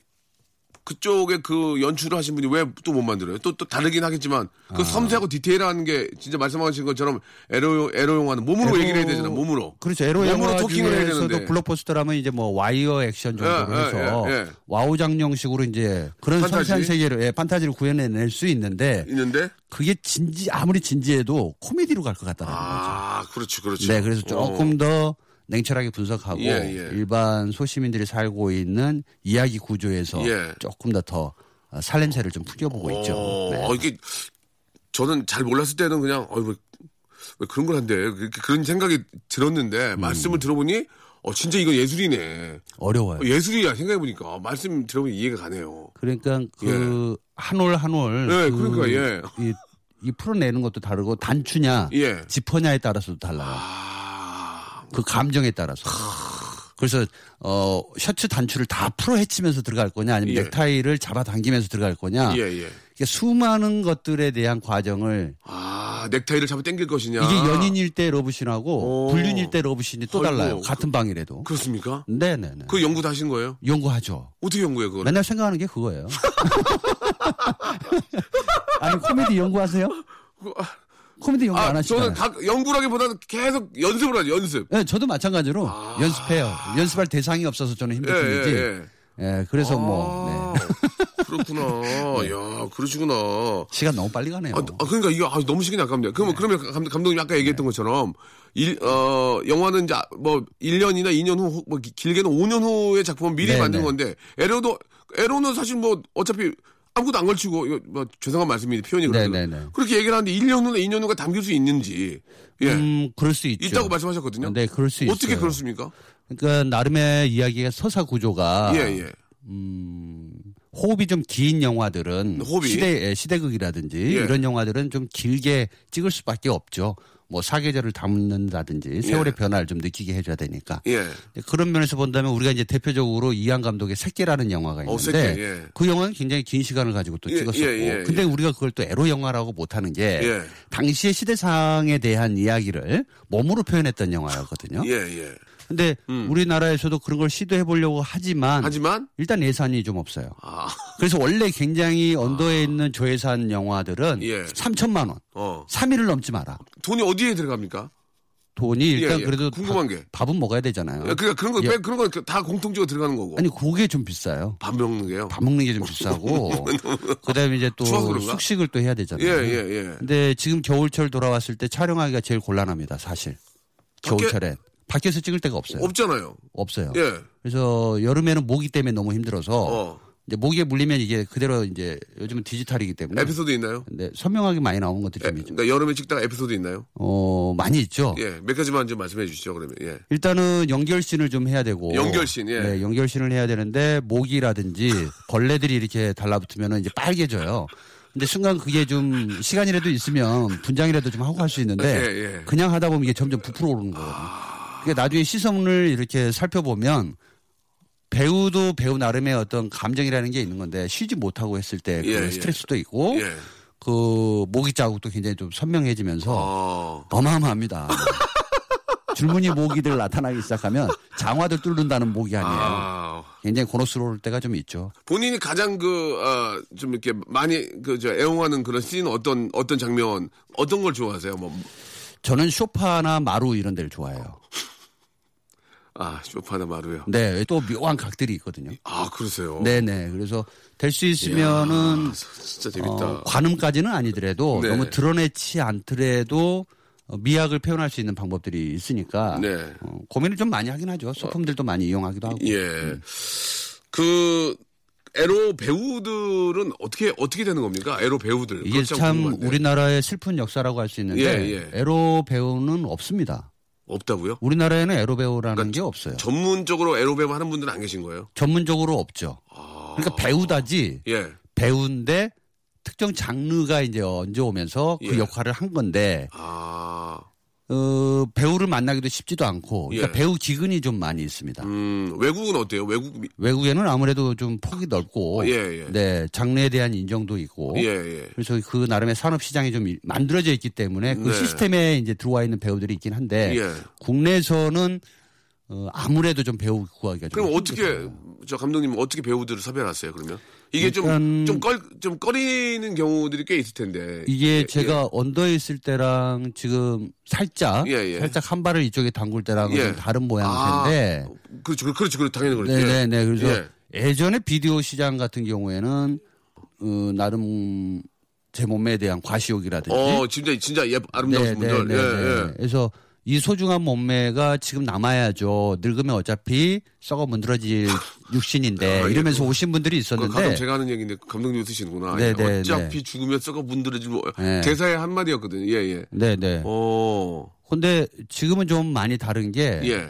S2: 그쪽에 그 연출을 하신 분이 왜 또 못 만들어요? 또, 또 다르긴 하겠지만
S3: 아.
S2: 그 섬세하고 디테일한 게 진짜 말씀하신 것처럼 에로, 에로 영화는 몸으로 얘기를 해야 되잖아, 몸으로.
S3: 그렇죠. 에로
S2: 몸으로
S3: 영화
S2: 토킹을 해야 되는데.
S3: 중에서도 블록버스터라면 이제 뭐 와이어 액션 정도로
S2: 예, 예,
S3: 해서
S2: 예, 예.
S3: 와우 장령식으로 이제 그런
S2: 판타지?
S3: 섬세한 세계를 예, 판타지를 구현해낼 수 있는데
S2: 있는데?
S3: 그게 진지 아무리 진지해도 코미디로 갈 것 같다는
S2: 아, 그렇지,
S3: 거죠.
S2: 그렇지.
S3: 네, 그래서 조금
S2: 어.
S3: 더 냉철하게 분석하고
S2: 예, 예.
S3: 일반 소시민들이 살고 있는 이야기 구조에서
S2: 예.
S3: 조금 더 더 살냄새를 좀 풍겨보고 있죠.
S2: 어,
S3: 네.
S2: 어, 이게 저는 잘 몰랐을 때는 그냥 어, 왜, 왜 그런 걸 한대 그렇게 그런 생각이 들었는데
S3: 음.
S2: 말씀을 들어보니 어 진짜 이건 예술이네.
S3: 어려워요.
S2: 어, 예술이야 생각해 보니까 말씀 들어보니 이해가 가네요.
S3: 그러니까 그 한 올 한올
S2: 예, 그러니까, 예.
S3: 이, 이 풀어내는 것도 다르고 단추냐
S2: 예.
S3: 지퍼냐에 따라서도 달라요.
S2: 아,
S3: 그 감정에 따라서. 그래서 어 셔츠 단추를 다 풀어 헤치면서 들어갈 거냐 아니면
S2: 예.
S3: 넥타이를 잡아당기면서 들어갈 거냐
S2: 예, 예.
S3: 이게 수많은 것들에 대한 과정을
S2: 아 넥타이를 잡아 당길 것이냐.
S3: 이게 연인일 때 러브신하고
S2: 오.
S3: 불륜일 때 러브신이 또
S2: 아이고,
S3: 달라요
S2: 그-
S3: 같은 방이라도
S2: 그렇습니까?
S3: 네네네
S2: 그 연구 다 하신 거예요?
S3: 연구하죠
S2: 어떻게 연구해요 그걸?
S3: 맨날 생각하는 게 그거예요 [LAUGHS] 아니 코미디 연구하세요? 코미디 연구 안
S2: 아 저는
S3: 하시잖아요
S2: 각 연구라기보다는 계속 연습을 하죠 연습.
S3: 네, 저도 마찬가지로 연습해요. 연습할 대상이 없어서 저는 힘들
S2: 아. 예,
S3: 뿐이지.
S2: 예, 예.
S3: 예, 그래서 뭐 네.
S2: 아,
S3: [LAUGHS]
S2: 그렇구나. 야 그러시구나.
S3: 시간 너무 빨리 가네요.
S2: 아, 아, 그러니까 이거 아, 너무 시간이 아깝네요. 그러면 그러면 감, 감독님 아까 얘기했던
S3: 네.
S2: 것처럼 일, 어, 영화는 이제 뭐 1년이나 2년 후, 뭐 기- 길게는 5년 후의 작품을 미리
S3: 네,
S2: 만든
S3: 네.
S2: 건데 에로도 에로는 사실 뭐 어차피 아무것도 안 걸치고 이거 뭐 죄송한 말씀인데 표현이 그래서
S3: 네, 네, 네.
S2: 그렇게 얘기를 하는데 1년 후나 2년 후가 담길 수 있는지 예
S3: 음, 그럴 수 있죠.
S2: 있다고 말씀하셨거든요.
S3: 네, 그럴 수
S2: 어떻게
S3: 있어요.
S2: 그렇습니까?
S3: 그러니까 나름의 이야기의 서사 구조가
S2: 예 예.
S3: 호흡이 좀 긴 영화들은
S2: 호흡이?
S3: 시대 예, 시대극이라든지
S2: 예.
S3: 이런 영화들은 좀 길게 찍을 수밖에 없죠. 뭐 사계절을 담는다든지 세월의 변화를 좀 느끼게 해줘야 되니까.
S2: 예.
S3: 그런 면에서 본다면 우리가 이제 대표적으로 이한 감독의 새끼라는 영화가
S2: 어,
S3: 있는데
S2: 새끼, 예.
S3: 그 영화는 굉장히 긴 시간을 가지고 또
S2: 예,
S3: 찍었었고
S2: 예, 예,
S3: 근데
S2: 예.
S3: 우리가 그걸 또 에로 영화라고 못하는 게
S2: 예.
S3: 당시의 시대상에 대한 이야기를 몸으로 표현했던 영화였거든요.
S2: 예, 예.
S3: 근데 우리나라에서도 그런 걸 시도해 보려고 하지만
S2: 하지만
S3: 일단 예산이 좀 없어요.
S2: 아,
S3: 그래서 원래 굉장히 언더에 있는 조예산 영화들은
S2: 예.
S3: 3천만 원,
S2: 어.
S3: 3일을 넘지 마라.
S2: 돈이 어디에 들어갑니까?
S3: 돈이 일단
S2: 예.
S3: 그래도
S2: 궁금한
S3: 밥-
S2: 게.
S3: 밥은 먹어야 되잖아요.
S2: 그러니까 그런 거,
S3: 예.
S2: 빼- 그런 건 다 공통적으로 들어가는 거고.
S3: 아니 그게 좀 비싸요.
S2: 밥 먹는 게요.
S3: 밥 먹는 게 좀
S2: [LAUGHS]
S3: 비싸고 그다음에 이제 또
S2: 추워서 그런가?
S3: 숙식을 또 해야 되잖아요.
S2: 예, 예, 예.
S3: 근데 지금 겨울철 돌아왔을 때 촬영하기가 제일 곤란합니다, 사실.
S2: 밖에-
S3: 겨울철엔 밖에서 찍을 데가 없어요.
S2: 없잖아요.
S3: 없어요.
S2: 예.
S3: 그래서 여름에는 모기 때문에 너무 힘들어서
S2: 어.
S3: 이제 모기에 물리면 이게 그대로 이제 요즘은 디지털이기 때문에
S2: 에피소드 있나요?
S3: 근데 선명하게 많이 나오는 것도
S2: 예,
S3: 좀 있죠.
S2: 그러니까 여름에 찍다가 에피소드 있나요?
S3: 네, 어, 많이 있죠.
S2: 예, 몇 가지만 좀 말씀해 주시죠. 그러면 예,
S3: 일단은 연결신을 좀 해야 되고
S2: 연결신, 예.
S3: 네, 연결신을 해야 되는데
S2: [LAUGHS]
S3: 모기라든지 벌레들이 이렇게 달라붙으면 이제 빨개져요. 근데 순간 그게 좀 시간이라도 있으면 분장이라도 좀 하고 할 수 있는데
S2: 예, 아. 예.
S3: 그냥 하다 보면 이게 점점 부풀어 오르는 거거든요. 그게 나중에 시선을 이렇게 살펴보면 배우도 배우 나름의 어떤 감정이라는 게 있는 건데 쉬지 못하고 했을 때 그
S2: 예, 예.
S3: 스트레스도 있고
S2: 예.
S3: 그 모기 자국도 굉장히 좀 선명해지면서
S2: 어,
S3: 어마어마합니다. [LAUGHS] 줄무늬 모기들 나타나기 시작하면 장화들 뚫는다는 모기 아니에요.
S2: 아,
S3: 굉장히 곤혹스러울 때가 좀 있죠.
S2: 본인이 가장 그좀 이렇게 많이 그저 애용하는 그런 씬 어떤 어떤 장면 어떤 걸 좋아하세요? 뭐,
S3: 저는 쇼파나 마루 이런 데를 좋아해요.
S2: 아, 쇼파나 마루요.
S3: 네, 또 묘한 각들이 있거든요.
S2: 아, 그러세요.
S3: 네네. 그래서 될 수 있으면은
S2: 아, 진짜
S3: 어,
S2: 재밌다.
S3: 관음까지는 아니더라도
S2: 네.
S3: 너무 드러내지 않더라도 어, 미학을 표현할 수 있는 방법들이 있으니까
S2: 네.
S3: 어, 고민을 좀 많이 하긴 하죠. 소품들도 많이 이용하기도 하고.
S2: 예, 그 에로 배우들은 어떻게 어떻게 되는 겁니까? 에로 배우들
S3: 이게
S2: 그거
S3: 참
S2: 그렇죠. 궁금한데.
S3: 우리나라의 슬픈 역사라고 할 수 있는데
S2: 예, 예.
S3: 에로 배우는 없습니다.
S2: 없다고요?
S3: 우리나라에는 에로 배우라는
S2: 그러니까
S3: 게 없어요.
S2: 전문적으로 에로 배우 하는 분들은 안 계신 거예요? 아.
S3: 전문적으로 없죠. 그러니까 배우다지
S2: 예.
S3: 배우인데 특정 장르가 이제 얹어 오면서 그
S2: 예.
S3: 역할을 한 건데
S2: 아,
S3: 어, 배우를 만나기도 쉽지도 않고 그러니까
S2: 예.
S3: 배우 기근이 좀 많이 있습니다.
S2: 음, 외국은 어때요? 외국, 미-
S3: 외국에는 아무래도 좀 폭이 넓고
S2: 예, 예.
S3: 네 장르에 대한 인정도 있고
S2: 예, 예.
S3: 그래서 그 나름의 산업 시장이 좀 이- 만들어져 있기 때문에 그
S2: 네.
S3: 시스템에 이제 들어와 있는 배우들이 있긴 한데
S2: 예.
S3: 국내에서는 어, 아무래도 좀 배우 구하기가 좀
S2: 그럼 어떻게,
S3: 힘들어요.
S2: 저 감독님 어떻게 배우들을 섭외하세요, 그러면? 이게 좀,
S3: 일단-
S2: 좀 꺼, 좀 꺼리는 경우들이 꽤 있을 텐데.
S3: 이게
S2: 예,
S3: 제가 언더에 있을 때랑 지금 살짝
S2: 예, 예.
S3: 살짝 한 발을 이쪽에 담글 때랑
S2: 예.
S3: 좀 다른
S2: 아,
S3: 모양새인데
S2: 그렇죠, 그렇죠, 그렇죠, 그렇죠. 당연히 그렇죠.
S3: 네네네 그래서
S2: 예.
S3: 예전에 비디오 시장 같은 경우에는 어, 나름 제 몸에 대한 과시욕이라든지 네,
S2: 어, 진짜, 진짜 예, 아름다우신 분들. 예, 예.
S3: 그래서 이 소중한 몸매가 지금 남아야죠. 늙으면 어차피 썩어 문드러질
S2: [LAUGHS]
S3: 육신인데
S2: 아, 예,
S3: 이러면서
S2: 그거-
S3: 오신 분들이
S2: 그건 가끔
S3: 있었는데
S2: 제가 하는 얘기인데 감독님 쓰시는구나.
S3: 네, 네,
S2: 어차피
S3: 네.
S2: 죽으면 썩어 문드러지 뭐
S3: 네.
S2: 대사의 한 마디였거든요. 예, 예.
S3: 네네.
S2: 어,
S3: 근데 지금은 좀 많이 다른 게
S2: 예.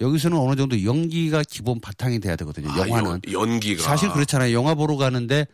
S3: 여기서는 어느 정도 연기가 기본 바탕이 돼야 되거든요.
S2: 아,
S3: 영화는
S2: 연, 연기가
S3: 사실 그렇잖아요. 영화 보러 가는데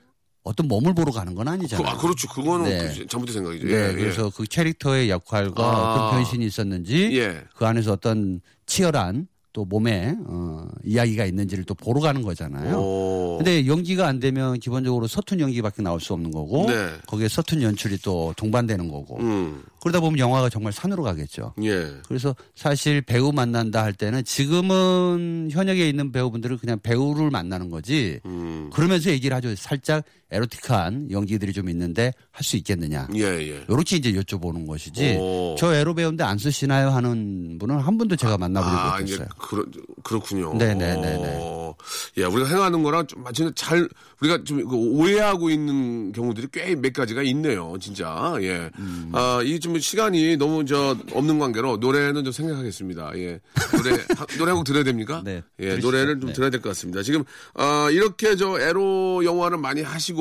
S3: 어떤 몸을 보러 가는 건
S2: 그,
S3: 아니잖아요.
S2: 아, 그렇죠. 그거는
S3: 네.
S2: 그- 잘못된 생각이죠.
S3: 네,
S2: 예,
S3: 그래서 그 캐릭터의 역할과
S2: 아.
S3: 어떤 변신이 있었는지
S2: 예. 예.
S3: 그 안에서 어떤 치열한 또 몸에 어, 이야기가 있는지를 또 보러 가는 거잖아요.
S2: 오.
S3: 네. 근데 연기가 안 되면 기본적으로 서툰 연기밖에 나올 수 없는 거고
S2: 네.
S3: 거기에 서툰 연출이 또 동반되는 거고
S2: 음.
S3: 그러다 보면 영화가 정말 산으로 가겠죠.
S2: 예.
S3: 그래서 사실 배우 만난다 할 때는 지금은 현역에 있는 배우분들은 그냥 배우를 만나는 거지
S2: 음.
S3: 그러면서 얘기를 하죠. 살짝 에로틱한 연기들이 좀 있는데 할 수 있겠느냐.
S2: 예, 예.
S3: 요렇게 이제 여쭤보는 것이지
S2: 오.
S3: 저 에로 배우인데 안 쓰시나요 하는 분은 한 분도 제가 만나보지
S2: 아, 이제
S3: 못했어요.
S2: 그렇 그렇군요.
S3: 네, 네, 네, 네.
S2: 어, 예, 우리가 행하는 거랑 좀 마치 잘 우리가 좀그 오해하고 있는 경우들이 꽤 몇 가지가 있네요, 진짜. 예.
S3: 음.
S2: 아, 이 좀 시간이 너무 저 없는 관계로 노래는 좀 생각하겠습니다. 예. 노래 하- [LAUGHS] 노래 한 곡 들어야 됩니까?
S3: 네,
S2: 예,
S3: 들으시죠.
S2: 노래를 좀
S3: 네.
S2: 들어야 될 것 같습니다. 지금 아, 이렇게 저 에로 영화를 많이 하시고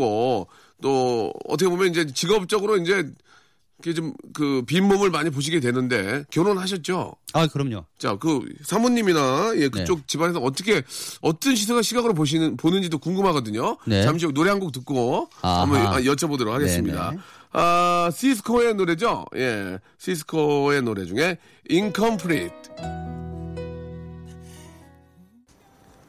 S2: 또 어떻게 보면 이제 직업적으로 이제 좀 그 빈몸을 많이 보시게 되는데 결혼하셨죠?
S3: 아 그럼요.
S2: 자, 그 사모님이나
S3: 네.
S2: 예, 그쪽 집안에서 어떻게 어떤 시선과 시각으로 보시는 보는지도 궁금하거든요.
S3: 네.
S2: 잠시 후 노래 한 곡 듣고
S3: 아하.
S2: 한번 여- 여쭤보도록 하겠습니다.
S3: 네네.
S2: 아, 시스코의 노래죠. 예, 시스코의 노래 중에 Incomplete.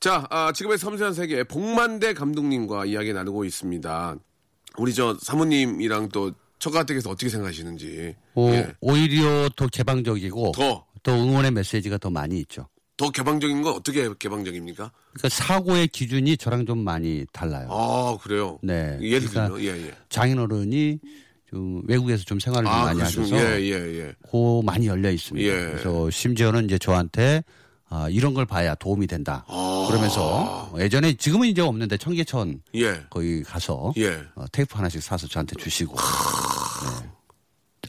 S2: 자, 아, 지금의 섬세한 세계 복만대 감독님과 이야기 나누고 있습니다. 우리 저 사모님이랑 또 처가댁에서 어떻게 생각하시는지
S3: 오,
S2: 예,
S3: 히려더 개방적이고
S2: 더.
S3: 더 응원의 메시지가 더 많이 있죠.
S2: 더 개방적인 건 어떻게 개방적입니까?
S3: 그러니까 사고의 기준이 저랑 좀 많이 달라요.
S2: 아 그래요.
S3: 네.
S2: 예를 들면
S3: 그러니까
S2: 예예.
S3: 장인어른이 좀 외국에서 좀 생활을 좀
S2: 아
S3: 많이
S2: 그렇죠.
S3: 하셔서
S2: 예예 예.
S3: 고 많이 열려 있습니다.
S2: 예.
S3: 그래서 심지어는 이제 저한테 아, 이런 걸 봐야 도움이 된다.
S2: 아.
S3: 그러면서 예전에 지금은 이제 없는데 청계천
S2: 예.
S3: 거기 가서
S2: 예.
S3: 어, 테이프 하나씩 사서 저한테 주시고 네.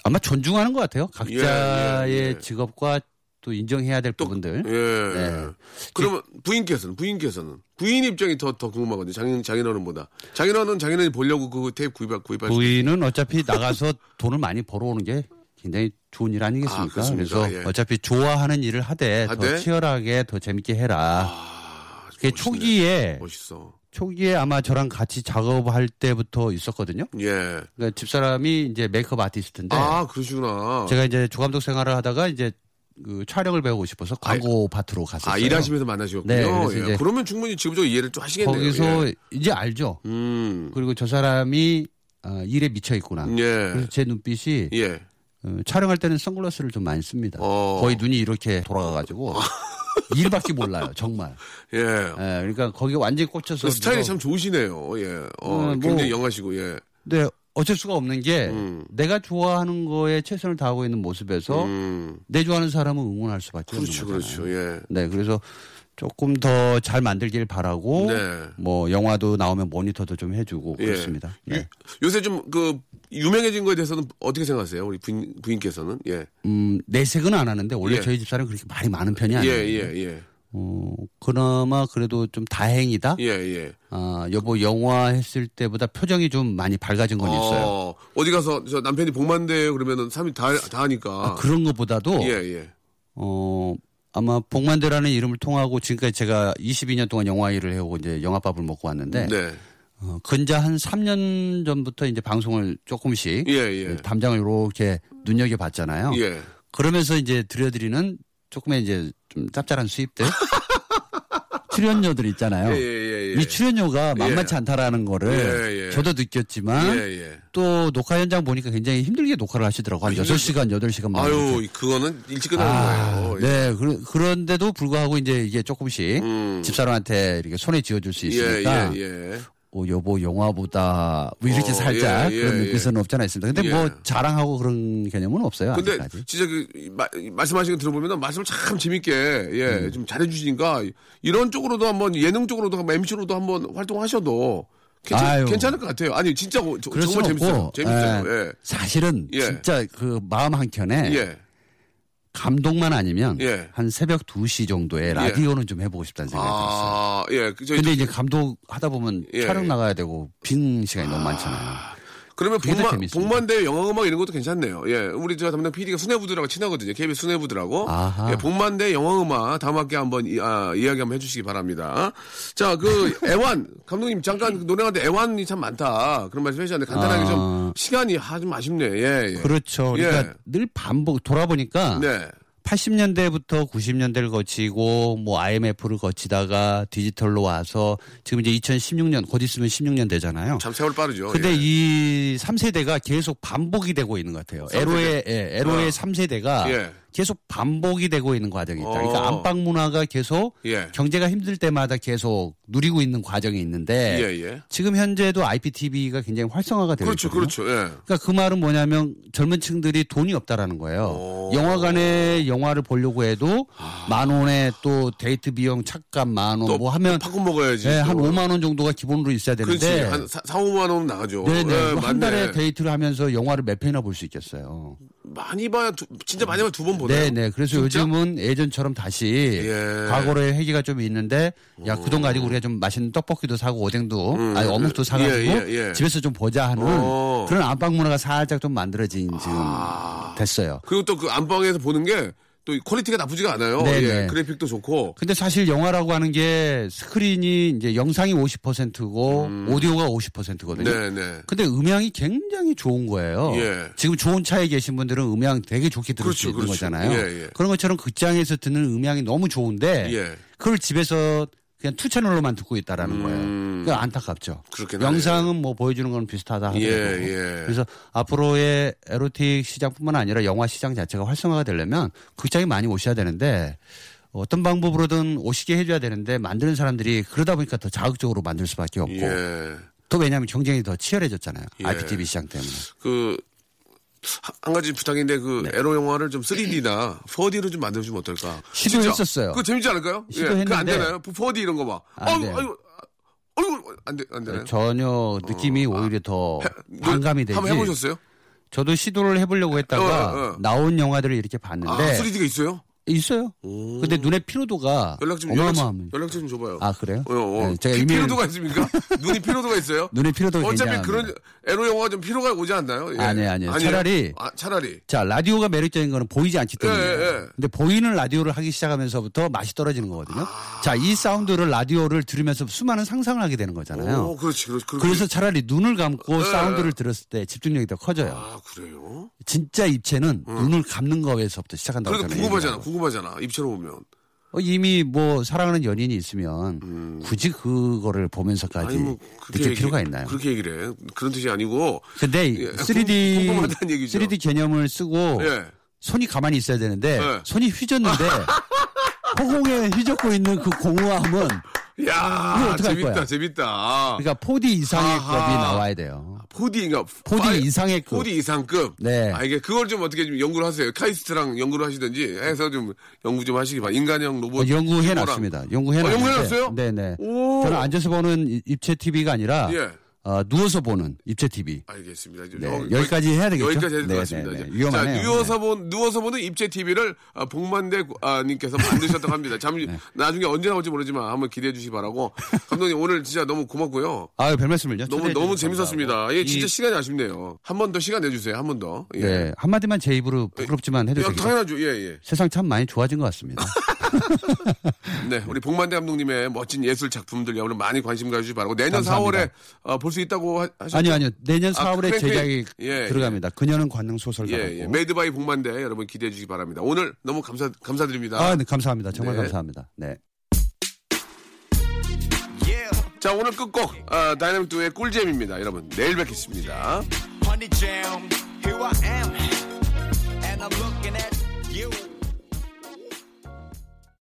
S3: 아마 존중하는 것 같아요. 각자의
S2: 예, 예, 예.
S3: 직업과 또 인정해야 될 부분들.
S2: 예.
S3: 네.
S2: 그러면 부인께서는 부인께서는 부인 입장이 더 더 궁금하거든요. 장인 장인어른보다 장인어른 장인어른이 보려고 그 테이프 구입할 구입할 수
S3: 부인은 어차피 나가서 [LAUGHS] 돈을 많이 벌어오는 게 굉장히 좋은 일
S2: 아,
S3: 아니겠습니까?
S2: 그렇습니다.
S3: 그래서
S2: 예.
S3: 어차피 좋아하는 일을 하되 더
S2: 하되?
S3: 치열하게 더 재밌게 해라.
S2: 아,
S3: 그게
S2: 멋있네.
S3: 초기에
S2: 멋있어.
S3: 초기에 아마 저랑 같이 작업할 때부터 있었거든요.
S2: 예.
S3: 그러니까 집사람이 이제 메이크업 아티스트인데
S2: 아 그러시구나.
S3: 제가 이제 조감독 생활을 하다가 이제 그 촬영을 배우고 싶어서 광고 파트로 갔었어요.
S2: 예. 아, 일하시면서 만나셨군요.
S3: 네, 그래서
S2: 예.
S3: 이제
S2: 그러면 충분히 지금적으로 이해를 좀 하시겠네요.
S3: 거기서
S2: 예.
S3: 이제 알죠.
S2: 음.
S3: 그리고 저 사람이 아, 일에 미쳐 있구나.
S2: 예.
S3: 그래서 제 눈빛이
S2: 예.
S3: 어, 촬영할 때는 선글라스를 좀 많이 씁니다.
S2: 어.
S3: 거의 눈이 이렇게 돌아가가지고 일밖에 몰라요, 정말.
S2: 예.
S3: 예, 그러니까 거기에 완전히 꽂혀서
S2: 그 스타일이
S3: 누가-
S2: 참 좋으시네요. 예. 어,
S3: 음, 뭐.
S2: 굉장히 영하시고, 예.
S3: 네, 어쩔 수가 없는 게
S2: 음.
S3: 내가 좋아하는 거에 최선을 다하고 있는 모습에서
S2: 음.
S3: 내 좋아하는 사람은 응원할 수밖에
S2: 그렇죠,
S3: 없는 거잖아요.
S2: 그렇죠. 예.
S3: 네, 그래서 조금 더 잘 만들길 바라고
S2: 네.
S3: 뭐 영화도 나오면 모니터도 좀 해주고
S2: 예.
S3: 그렇습니다. 네.
S2: 요, 새 좀, 그, 유명해진 거에 대해서는 어떻게 생각하세요? 우리 부인, 부인께서는? 예.
S3: 음, 내색은 안 하는데 원래
S2: 예.
S3: 저희 집사람 그렇게 말이 많은 편이
S2: 예,
S3: 네, 아니에요.
S2: 예, 예.
S3: 어, 그나마 그래도 좀 다행이다.
S2: 예, 예.
S3: 아, 여보 영화 했을 때보다 표정이 좀 많이 밝아진 건 있어요.
S2: 어, 어디 가서 저
S3: 아,
S2: 남편이 복만대요 그러면은 3일 다, 다 하니까.
S3: 그런 것보다도
S2: 예, 예.
S3: 어, 아마 복만대라는 이름을 통하고 지금까지 제가 22년 동안 영화 일을 해오고 이제 영화밥을 먹고 왔는데
S2: 네.
S3: 어, 근자 한 3년 전부터 이제 방송을 조금씩 그
S2: 예, 예.
S3: 담장을 이렇게 눈여겨 봤잖아요.
S2: 예.
S3: 그러면서 이제 들려드리는 조금의 이제 좀
S2: [LAUGHS]
S3: 짭짤한 수입들 출연료들 있잖아요.
S2: 예, 예, 예.
S3: 이 출연료가 만만치 않다라는 거를
S2: 예, 예.
S3: 저도 느꼈지만
S2: 예, 예.
S3: 또 녹화 현장 보니까 굉장히 힘들게 녹화를 하시더라고요. 한
S2: 힘들죠.
S3: 6시간, 8시간 만
S2: 아유, 그거는 일찍 끝나는 거예요. 예.
S3: 네, 그, 런데도 불구하고 이제 이게 조금씩
S2: 음.
S3: 집사람한테 이렇게 손에 쥐어줄 수 있으니까
S2: 예, 예, 예.
S3: 어, 여보 영화보다 뭐 이렇게
S2: 어,
S3: 살짝
S2: 예, 예,
S3: 그런
S2: 예.
S3: 느낌은 없잖아 있습니다. 근데
S2: 예.
S3: 뭐 자랑하고 그런 개념은 없어요.
S2: 근데
S3: 아직까지.
S2: 진짜 그 이, 마- 이 말씀하신 거 들어보면 말씀을 참 재밌게 예,
S3: 음.
S2: 좀 잘해주시니까 이런 쪽으로도 한번 예능 쪽으로도 한번 MC로도 한번 활동하셔도 괜찮,
S3: 아유.
S2: 괜찮을 것 같아요. 아니 진짜 고- 저-
S3: 그럴
S2: 정말
S3: 수는
S2: 재밌어요.
S3: 없고,
S2: 재밌어요.
S3: 예,
S2: 예.
S3: 사실은
S2: 예.
S3: 진짜 그 마음 한
S2: 예.
S3: 켠에 감동만 아니면
S2: 예.
S3: 한 새벽 2시 정도에 라디오는 좀 해보고 싶다는 생각이 들었어요.
S2: 아, 예. 그, 저,
S3: 근데 이제 감독 하다 보면
S2: 예.
S3: 촬영 나가야 되고 빈 시간이 너무 많잖아요.
S2: 그러면
S3: 그게 더
S2: 복만,
S3: 재밌습니다.
S2: 복만대 영화음악 이런 것도 괜찮네요. 예. 우리 저 담당 PD가 수뇌부들하고 친하거든요. KBS 수뇌부들하고.
S3: 아하.
S2: 예, 복만대 영화음악 다음 학기 한번 이, 아, 이야기 한번 해주시기 바랍니다. 자,
S3: [LAUGHS]
S2: 그 애완. 감독님 잠깐 그 노래하는데 애완이 참 많다. 그런 말씀 해주셨는데 간단하게 좀
S3: 아.
S2: 시간이 아, 좀 아쉽네. 예. 예.
S3: 그렇죠. 그러니까
S2: 예.
S3: 늘 반복 돌아보니까
S2: 네.
S3: 80년대부터 90년대를 거치고 뭐 IMF를 거치다가 디지털로 와서 지금 이제 2016년 곧 있으면 16년 되잖아요.
S2: 참 세월 빠르죠.
S3: 근데
S2: 예.
S3: 이 3세대가 계속 반복이 되고 있는 것 같아요. 에로의 예, 에로의
S2: 어.
S3: 3세대가
S2: 예.
S3: 계속 반복이 되고 있는 과정이 있다.
S2: 어.
S3: 그러니까 안방 문화가 계속
S2: 예.
S3: 경제가 힘들 때마다 계속 누리고 있는 과정이 있는데
S2: 예, 예.
S3: 지금 현재도 IPTV가 굉장히 활성화가 되고
S2: 그렇죠.
S3: 있거든요.
S2: 그렇죠. 예.
S3: 그러니까 그 말은 뭐냐면 젊은 층들이 돈이 없다라는 거예요.
S2: 오.
S3: 영화관에 영화를 보려고 해도 만 원에 또 데이트 비용 착감 만 원
S2: 또
S3: 뭐 하면
S2: 팝콘 먹어야지.
S3: 예,
S2: 또.
S3: 한 5만 원 정도가 기본으로 있어야
S2: 그렇지.
S3: 되는데
S2: 한 4, 5만 원 나가죠.
S3: 네네 뭐
S2: 예, 맞네.
S3: 한 달에 데이트를 하면서 영화를 몇 편이나 볼 수 있겠어요.
S2: 많이 봐야 두- 진짜 많이 봐야 두 번 보네요.
S3: 네네 그래서
S2: 진짜?
S3: 요즘은 예전처럼 다시
S2: 예.
S3: 과거로의 회기가 좀 있는데 야 그 돈 가지고 우리가 좀 맛있는 떡볶이도 사고 오뎅도 아니 어묵도 사가지고
S2: 음, 예, 예, 예.
S3: 집에서 좀 보자 하는
S2: 어.
S3: 그런 안방 문화가 살짝 좀 만들어진 지금
S2: 아.
S3: 됐어요.
S2: 그리고 또 그 안방에서 보는 게 또 퀄리티가 나쁘지가 않아요.
S3: 네네.
S2: 예, 그래픽도 좋고.
S3: 근데 사실 영화라고 하는 게 스크린이 이제 영상이 50%고 오디오가 50%거든요.
S2: 네네.
S3: 근데 음향이 굉장히 좋은 거예요.
S2: 예.
S3: 지금 좋은 차에 계신 분들은 음향 되게 좋게 들을
S2: 그렇죠,
S3: 수 있는
S2: 그렇죠.
S3: 거잖아요.
S2: 예, 예.
S3: 그런 것처럼 극장에서 듣는 음향이 너무 좋은데
S2: 예.
S3: 그걸 집에서 그냥 투 채널로만 듣고 있다라는 거예요. 그러니까 안타깝죠.
S2: 음. 그렇긴 하네요.
S3: 영상은 뭐 보여주는 건 비슷하다 하더라도
S2: 예, 예.
S3: 그래서 앞으로의 에로틱 시장뿐만 아니라 영화 시장 자체가 활성화가 되려면 극장에 많이 오셔야 되는데 어떤 방법으로든 오시게 해줘야 되는데 만드는 사람들이 그러다 보니까 더 자극적으로 만들 수밖에 없고
S2: 예.
S3: 또 왜냐하면 경쟁이 더 치열해졌잖아요.
S2: 예.
S3: IPTV 시장 때문에.
S2: 그, 하- 한 가지 부탁인데 그
S3: 네.
S2: 에로 영화를 좀 3D나 4D로 좀 만들어주면 어떨까?
S3: 시도했었어요.
S2: 그거 재밌지 않을까요? 예,
S3: 시도했는데. 네.
S2: 그안 되나요? 4D 이런 거 봐.
S3: 안
S2: 아유,
S3: 돼요.
S2: 아유, 아유, 안 돼, 안 되나요?
S3: 그러니까 전혀 느낌이
S2: 어,
S3: 오히려 더 반감이 되지.
S2: 아. 한번 해보셨어요?
S3: 저도 시도를 해보려고 했다가
S2: 어, 어, 어.
S3: 나온 영화들을 이렇게 봤는데
S2: 아, 3D가 있어요?
S3: 있어요. 근데 눈의 피로도가
S2: 연락 좀, 연락 좀,
S3: 어마어마합니다.
S2: 연락 좀 줘봐요.
S3: 아 그래요?
S2: 어, 어.
S3: 네,
S2: 제가
S3: 제가 이미
S2: 피로도가
S3: [LAUGHS]
S2: 있습니까? 눈이 피로도가 있어요?
S3: 눈의 피로도가
S2: 어차피
S3: 굉장합니다.
S2: 그런 에로 영화가 좀 피로가 오지 않나요? 예.
S3: 아니에요, 아니에요.
S2: 아니에요?
S3: 차라리-
S2: 아, 차라리
S3: 자 라디오가 매력적인 거는 보이지 않기 때문에.
S2: 예, 예, 예.
S3: 근데 보이는 라디오를 하기 시작하면서부터 맛이 떨어지는 거거든요.
S2: 아.
S3: 자 이 사운드를 라디오를 들으면서 수많은 상상을 하게 되는 거잖아요.
S2: 오, 그렇지, 그렇지. 그렇지. 예,
S3: 그래서 차라리 눈을 감고 사운드를 들었을 때 집중력이 더 커져요.
S2: 아 그래요?
S3: 진짜 입체는 눈을 감는 거에서부터 시작한다고
S2: 음. 그러니까
S3: 저는
S2: 궁금하잖아,
S3: 얘기하고.
S2: 궁금하잖아. 입체로 보면
S3: 어, 이미 뭐 사랑하는 연인이 있으면
S2: 음.
S3: 굳이 그거를 보면서까지 느낄 필요가 있나요?
S2: 뭐 그렇게 얘기를 해. 그런 뜻이 아니고
S3: 근데
S2: 예, 궁-
S3: 3D
S2: 궁금하다는 얘기죠.
S3: 3D 개념을 쓰고
S2: 예.
S3: 손이 가만히 있어야 되는데
S2: 예.
S3: 손이
S2: [LAUGHS]
S3: 휘졌는데 허공에 휘젓고 있는 그 공허함은 이거
S2: 야
S3: 어떡할
S2: 재밌다,
S3: 거야?
S2: 재밌다.
S3: 그러니까 4D 이상의
S2: 아하.
S3: 급이 나와야 돼요.
S2: 4D인가?
S3: 4D 이상의
S2: 4D
S3: 급.
S2: 그러니까 이상급.
S3: 네.
S2: 아, 이게 그걸 좀 어떻게 좀 연구를 하세요. 카이스트랑 연구를 하시든지 해서 좀 연구 좀 하시기 바랍니다. 인간형
S3: 어,
S2: 로봇.
S3: 연구해
S2: 친구랑.
S3: 놨습니다. 연구해
S2: 어,
S3: 놨는데
S2: 연구해놨어요?
S3: 네네.
S2: 오.
S3: 저는 앉아서 보는 이- 입체 TV가 아니라
S2: 예.
S3: 어, 누워서 보는 입체 TV.
S2: 알겠습니다. 이제
S3: 네,
S2: 여-
S3: 여기까지 해야 되겠죠?
S2: 어, 여기까지 해야 될 것
S3: 네,
S2: 같습니다.
S3: 네, 네.
S2: 이제.
S3: 위험하네요.
S2: 자, 누워서, 본, 누워서 보는 입체 TV를 어, 복만대 구- 아, 님께서 만드셨다고 합니다. 잠시
S3: 네.
S2: 나중에 언제 나올지 모르지만 한번 기대해 주시기 바라고 감독님 오늘 진짜 너무 고맙고요.
S3: 네. 아유 별 말씀을요.
S2: 너무
S3: 초대해
S2: 너무
S3: 주셔서
S2: 재밌었습니다.
S3: 감사하고.
S2: 예, 진짜
S3: 이-
S2: 시간이 아쉽네요. 한 번 더 시간 내주세요. 한 번 더. 예.
S3: 네, 한마디만 제 입으로 부끄럽지만 해도
S2: 야,
S3: 되겠죠?
S2: 당연하죠. 예, 예. [LAUGHS]
S3: 세상 참 많이 좋아진 것 같습니다.
S2: 네, 우리 복만대 감독님의 멋진 예술 작품들 여러분 많이 관심 가주시기 바라고 내년
S3: 감사합니다.
S2: 4월에 어, 볼 수 있다고 하- 하셨죠?
S3: 아니요, 아니요. 내년
S2: 아,
S3: 4월에
S2: 크랭크인-
S3: 제작이
S2: 예, 예.
S3: 들어갑니다. 그녀는 관능 소설가라고.
S2: 예, 예. 메이드 바이 복만대 여러분 기대해 주시기 바랍니다. 오늘 너무 감사 감사드립니다.
S3: 아, 네, 감사합니다. 정말
S2: 네.
S3: 감사합니다. 네.
S2: 자, 오늘 끝곡 어, 아, 다이나믹 두의 꿀잼입니다. 여러분, 내일 뵙겠습니다.
S4: Honey jam, here I am.